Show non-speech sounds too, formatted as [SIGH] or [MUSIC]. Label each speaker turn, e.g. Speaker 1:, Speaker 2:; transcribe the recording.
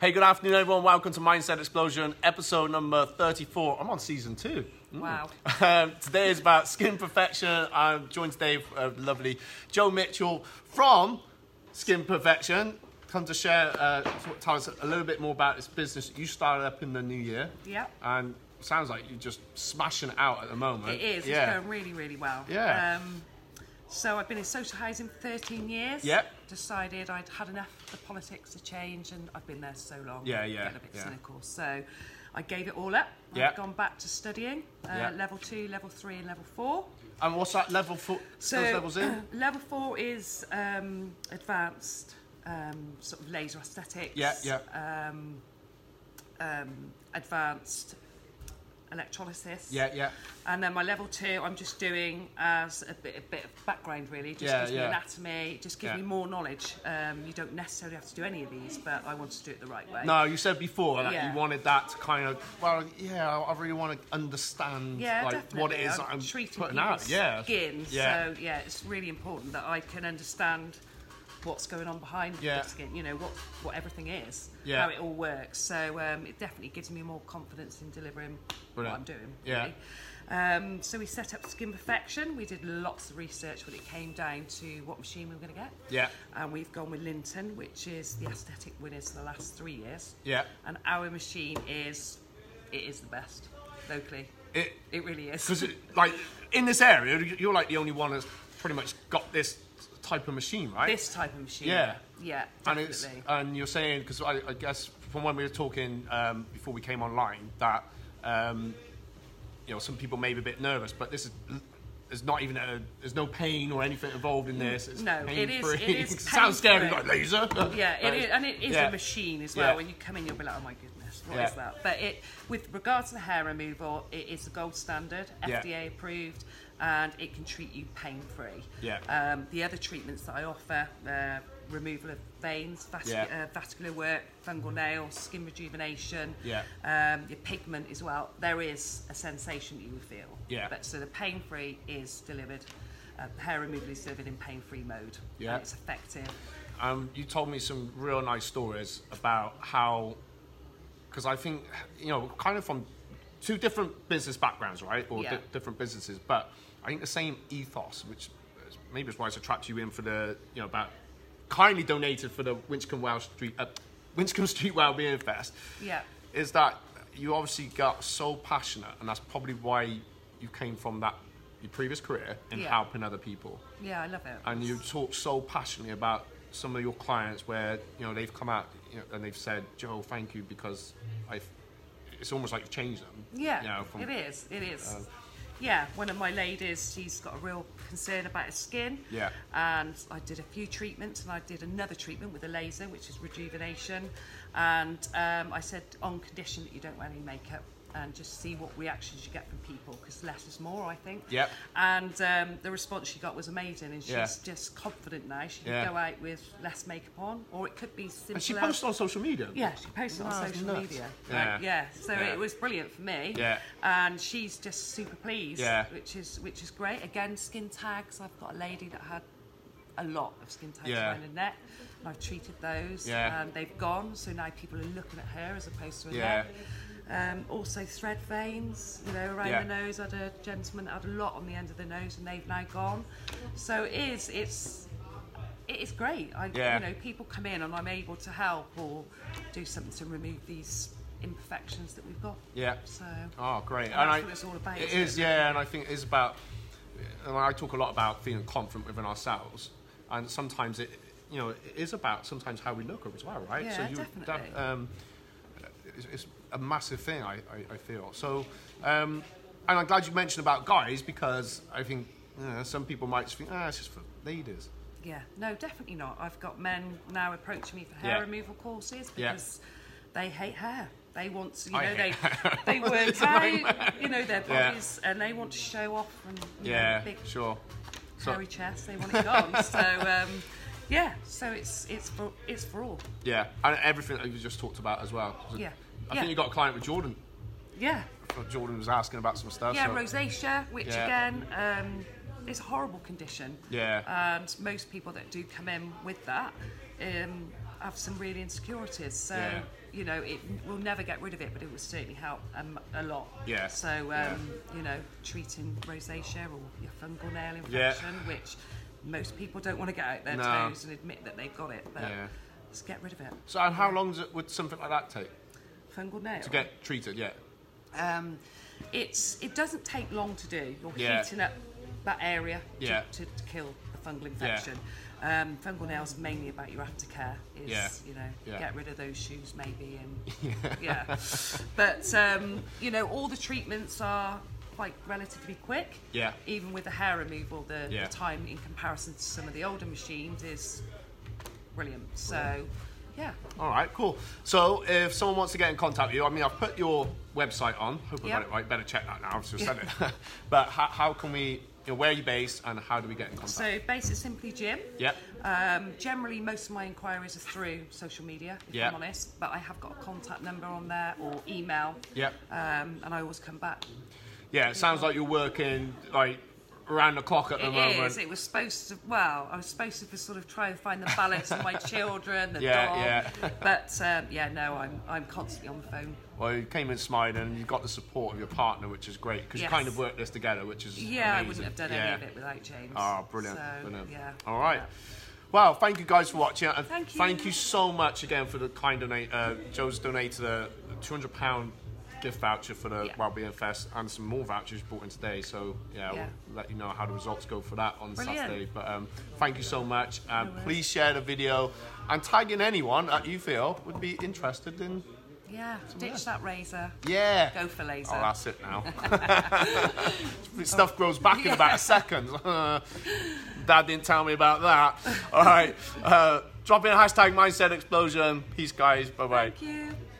Speaker 1: Hey, good afternoon, everyone. Welcome to Mindset Explosion, episode number 34. I'm on season two. Mm.
Speaker 2: Wow.
Speaker 1: Um, today is about skin perfection. I'm joined today with uh, lovely Joe Mitchell from Skin Perfection. Come to share, uh, t- tell us a little bit more about this business that you started up in the new year.
Speaker 2: Yep.
Speaker 1: And sounds like you're just smashing it out at the moment.
Speaker 2: It is.
Speaker 1: Uh, Yeah.
Speaker 2: It's going really, really well.
Speaker 1: Yeah.
Speaker 2: Um, so I've been in social housing for 13 years.
Speaker 1: Yep.
Speaker 2: Decided I'd had enough of the politics to change, and I've been there so long.
Speaker 1: Yeah,
Speaker 2: I'm
Speaker 1: yeah,
Speaker 2: getting a bit
Speaker 1: yeah.
Speaker 2: cynical. So I gave it all up.
Speaker 1: Yeah.
Speaker 2: I've gone back to studying uh,
Speaker 1: Yeah.
Speaker 2: level two, level three, and level four.
Speaker 1: And what's that level for?
Speaker 2: So
Speaker 1: those levels
Speaker 2: [CLEARS THROAT]
Speaker 1: in?
Speaker 2: level four is um, advanced um, sort of laser aesthetics.
Speaker 1: Yeah, yeah.
Speaker 2: Um, um, advanced electrolysis.
Speaker 1: Yeah, yeah.
Speaker 2: And then my level two, I'm just doing as a bit, a bit of background, really. Just
Speaker 1: Yeah,
Speaker 2: gives
Speaker 1: yeah.
Speaker 2: me anatomy, it just gives
Speaker 1: Yeah.
Speaker 2: me more knowledge. Um, you don't necessarily have to do any of these, but I want to do it the right way.
Speaker 1: No, you said before that
Speaker 2: Yeah.
Speaker 1: you wanted that to kind of. Well, yeah, I- I really want to understand
Speaker 2: Yeah,
Speaker 1: like
Speaker 2: definitely.
Speaker 1: what it is
Speaker 2: I'm,
Speaker 1: that I'm
Speaker 2: treating
Speaker 1: putting out.
Speaker 2: people's
Speaker 1: Yeah,
Speaker 2: skin.
Speaker 1: yeah,
Speaker 2: So yeah, it's really important that I can understand what's going on behind
Speaker 1: Yeah.
Speaker 2: the skin. You know what what everything is,
Speaker 1: Yeah.
Speaker 2: how it all works. So um, it definitely gives me more confidence in delivering
Speaker 1: Brilliant.
Speaker 2: what I'm doing.
Speaker 1: Yeah.
Speaker 2: really. Um, so we set up Skin Perfection. We did lots of research when it came down to what machine we were going to get.
Speaker 1: yeah,
Speaker 2: And we've gone with Linton, which is the aesthetic winners for the last three years.
Speaker 1: yeah.
Speaker 2: And our machine is, it is the best locally.
Speaker 1: It
Speaker 2: It really is.
Speaker 1: because like in this area, you- you're like the only one that's pretty much got this type of machine, right?
Speaker 2: this type of machine.
Speaker 1: Yeah.
Speaker 2: Yeah,
Speaker 1: and
Speaker 2: definitely.
Speaker 1: it's and you're saying because I, I guess from when we were talking um, before we came online that um, you know some people may be a bit nervous, but this is. There's not even a, there's no pain or anything involved in this. It's
Speaker 2: Mm. No, it is-
Speaker 1: pain-free.
Speaker 2: it
Speaker 1: [LAUGHS]
Speaker 2: is
Speaker 1: sounds scary,
Speaker 2: pain-free.
Speaker 1: like laser.
Speaker 2: yeah,
Speaker 1: But
Speaker 2: it is, and it is
Speaker 1: yeah.
Speaker 2: a machine as
Speaker 1: Yeah.
Speaker 2: well. When you come in, you'll be like, oh my goodness, what is
Speaker 1: Yeah.
Speaker 2: that? But it, with regards to the hair removal, it is the gold standard,
Speaker 1: Yeah.
Speaker 2: FDA approved, and it can treat you pain free.
Speaker 1: Yeah.
Speaker 2: Um, the other treatments that I offer, uh, removal of veins, vascu-
Speaker 1: Yeah.
Speaker 2: uh, vascular work, fungal nails, skin rejuvenation,
Speaker 1: Yeah.
Speaker 2: um, your pigment as well. There is a sensation you would feel.
Speaker 1: Yeah.
Speaker 2: But so the pain free is delivered. Uh, hair removal is delivered in pain free mode.
Speaker 1: Yeah.
Speaker 2: And it's effective.
Speaker 1: Um, you told me some real nice stories about how, because I think, you know, kind of from two different business backgrounds, right? Or
Speaker 2: Yeah.
Speaker 1: di- different businesses, but I think the same ethos, which is- maybe is why it's attracted you in for the, you know, about kindly donated for the Winchcombe Well Street, uh, Winchcombe Street Wellbeing Fest.
Speaker 2: Yeah.
Speaker 1: Is that you obviously got so passionate, and that's probably why you came from that, your previous career in
Speaker 2: Yeah.
Speaker 1: helping other people
Speaker 2: Yeah, I love it.
Speaker 1: and you talk so passionately about some of your clients where you know they've come out you know, and they've said, "Joe, thank you because I've." It's almost like you've changed them.
Speaker 2: yeah,
Speaker 1: you know, from- um,
Speaker 2: it is. It is. yeah, one of my ladies, she's got a real concern about her skin.
Speaker 1: Yeah.
Speaker 2: And I did a few treatments, and I did another treatment with a laser, which is rejuvenation. And um, I said, on condition that you don't wear any makeup, and just see what reactions you get from people, because less is more, I think.
Speaker 1: Yep.
Speaker 2: And um, the response she got was amazing, and she's
Speaker 1: Yeah.
Speaker 2: just confident now. She can
Speaker 1: Yeah.
Speaker 2: go out with less makeup on, or it could be simple.
Speaker 1: And she
Speaker 2: as-
Speaker 1: posted on social media.
Speaker 2: Yeah, she posted it
Speaker 1: Wow,
Speaker 2: on
Speaker 1: that's
Speaker 2: social
Speaker 1: nuts.
Speaker 2: media.
Speaker 1: Yeah.
Speaker 2: Like, yeah. So
Speaker 1: Yeah.
Speaker 2: it was brilliant for me.
Speaker 1: Yeah.
Speaker 2: And she's just super pleased.
Speaker 1: Yeah.
Speaker 2: Which is which is great. Again, skin tags. I've got a lady that had a lot of skin tags
Speaker 1: Yeah.
Speaker 2: around her neck. And I've treated those.
Speaker 1: Yeah.
Speaker 2: And they've gone. So now people are looking at her as opposed to her
Speaker 1: Yeah.
Speaker 2: neck. Um, also thread veins, you know, around
Speaker 1: Yeah.
Speaker 2: the nose. I had a gentleman that had a lot on the end of the nose, and they've now gone. So it is, it's, it is great. I,
Speaker 1: Yeah.
Speaker 2: You know, people come in and I'm able to help or do something to remove these imperfections that we've got.
Speaker 1: Yeah.
Speaker 2: So
Speaker 1: Oh, great.
Speaker 2: that's what it's all about,
Speaker 1: It
Speaker 2: isn't
Speaker 1: is,
Speaker 2: it?
Speaker 1: yeah, and I think it is about. And I talk a lot about feeling confident within ourselves, and sometimes it, you know, it is about sometimes how we look as well, right?
Speaker 2: Yeah,
Speaker 1: you,
Speaker 2: definitely.
Speaker 1: That, um, it's, it's a massive thing. I, I, I feel so, um, and I'm glad you mentioned about guys because I think you know, some people might think, ah, it's just for ladies.
Speaker 2: yeah, no, definitely not. I've got men now approaching me for hair
Speaker 1: Yeah.
Speaker 2: removal courses
Speaker 1: Yeah.
Speaker 2: because they hate hair. They want, to, you
Speaker 1: I
Speaker 2: know, they
Speaker 1: hate hair. [LAUGHS]
Speaker 2: they work
Speaker 1: It's a
Speaker 2: out, you know, their
Speaker 1: Yeah.
Speaker 2: bodies, and they want to show off and you know,
Speaker 1: Yeah,
Speaker 2: big
Speaker 1: sure. So-
Speaker 2: hairy chest. They want
Speaker 1: [LAUGHS]
Speaker 2: it gone. so um, yeah, so it's it's for it's for all.
Speaker 1: yeah, and everything that you just talked about as well.
Speaker 2: Yeah.
Speaker 1: I
Speaker 2: Yeah.
Speaker 1: think you got a client with Jordan.
Speaker 2: Yeah,
Speaker 1: Jordan was asking about some stuff.
Speaker 2: yeah,
Speaker 1: so-
Speaker 2: rosacea, which
Speaker 1: Yeah.
Speaker 2: again um, is a horrible condition.
Speaker 1: Yeah.
Speaker 2: and most people that do come in with that um, have some really insecurities. So
Speaker 1: Yeah.
Speaker 2: you know, it will never get rid of it, but it will certainly help um, a lot.
Speaker 1: Yeah.
Speaker 2: So um,
Speaker 1: Yeah.
Speaker 2: you know, treating rosacea or your fungal nail
Speaker 1: Yeah.
Speaker 2: infection, which most people don't want to get out their
Speaker 1: No.
Speaker 2: toes and admit that they've got it, but
Speaker 1: Yeah.
Speaker 2: let's get rid of it.
Speaker 1: So, and how long does it, would something like that take
Speaker 2: Fungal nail.
Speaker 1: to get treated? Yeah.
Speaker 2: Um, it's it doesn't take long to do. You're
Speaker 1: Yeah.
Speaker 2: heating up that area to,
Speaker 1: Yeah.
Speaker 2: to, to kill the fungal infection. Um, fungal nails is mainly about your aftercare. Is
Speaker 1: Yeah.
Speaker 2: you know
Speaker 1: Yeah.
Speaker 2: get rid of those shoes maybe
Speaker 1: [LAUGHS]
Speaker 2: and yeah. But um, you know all the treatments are quite relatively quick.
Speaker 1: Yeah.
Speaker 2: Even with the hair removal, the,
Speaker 1: Yeah.
Speaker 2: the time in comparison to some of the older machines is brilliant. So yeah,
Speaker 1: All right, cool. So, if someone wants to get in contact with you, I mean, I've put your website on. Hope I
Speaker 2: Yeah.
Speaker 1: got it right. Better check that now. I've just said
Speaker 2: [LAUGHS]
Speaker 1: it. [LAUGHS] but how, how can we? You know, where are you based, and how do we get in contact?
Speaker 2: so basically simply Jim.
Speaker 1: yep.
Speaker 2: Um, generally, most of my inquiries are through social media, if
Speaker 1: Yeah.
Speaker 2: I'm honest, but I have got a contact number on there or email.
Speaker 1: Yep.
Speaker 2: Um, and I always come back.
Speaker 1: Yeah. It sounds like you're working like around the clock at the
Speaker 2: It
Speaker 1: moment.
Speaker 2: is. It was supposed to. Well, I was supposed to be sort of try and find the
Speaker 1: [LAUGHS]
Speaker 2: balance of my children, the
Speaker 1: Yeah,
Speaker 2: dog. But um, yeah, no, I'm I'm constantly on the phone.
Speaker 1: Well, you came in smiling and you got the support of your partner, which is great because
Speaker 2: Yes.
Speaker 1: you kind of worked this together, which is
Speaker 2: Yeah, I
Speaker 1: amazing.
Speaker 2: wouldn't have done
Speaker 1: Yeah.
Speaker 2: any of it without James.
Speaker 1: Oh, brilliant.
Speaker 2: So,
Speaker 1: brilliant.
Speaker 2: Yeah.
Speaker 1: All right. Well, thank you guys for watching. And
Speaker 2: Thank you.
Speaker 1: so much again for the kind donate. Uh, Joe's donated a £200 gift voucher for the
Speaker 2: Yeah.
Speaker 1: Wellbeing Fest and some more vouchers brought in today. So, yeah,
Speaker 2: Yeah.
Speaker 1: we'll let you know how the results go for that on
Speaker 2: Brilliant.
Speaker 1: Saturday. But um, thank you so much. Um,
Speaker 2: worries.
Speaker 1: please share the video and tag in anyone that you feel would be interested in.
Speaker 2: Yeah. Ditch that razor.
Speaker 1: Yeah.
Speaker 2: Go for laser.
Speaker 1: Oh, that's it now. [LAUGHS] Stuff grows back in about a second. [LAUGHS] Dad didn't tell me about that. All right. Uh, drop in hashtag mindset explosion. Peace, guys. Bye bye.
Speaker 2: Thank you.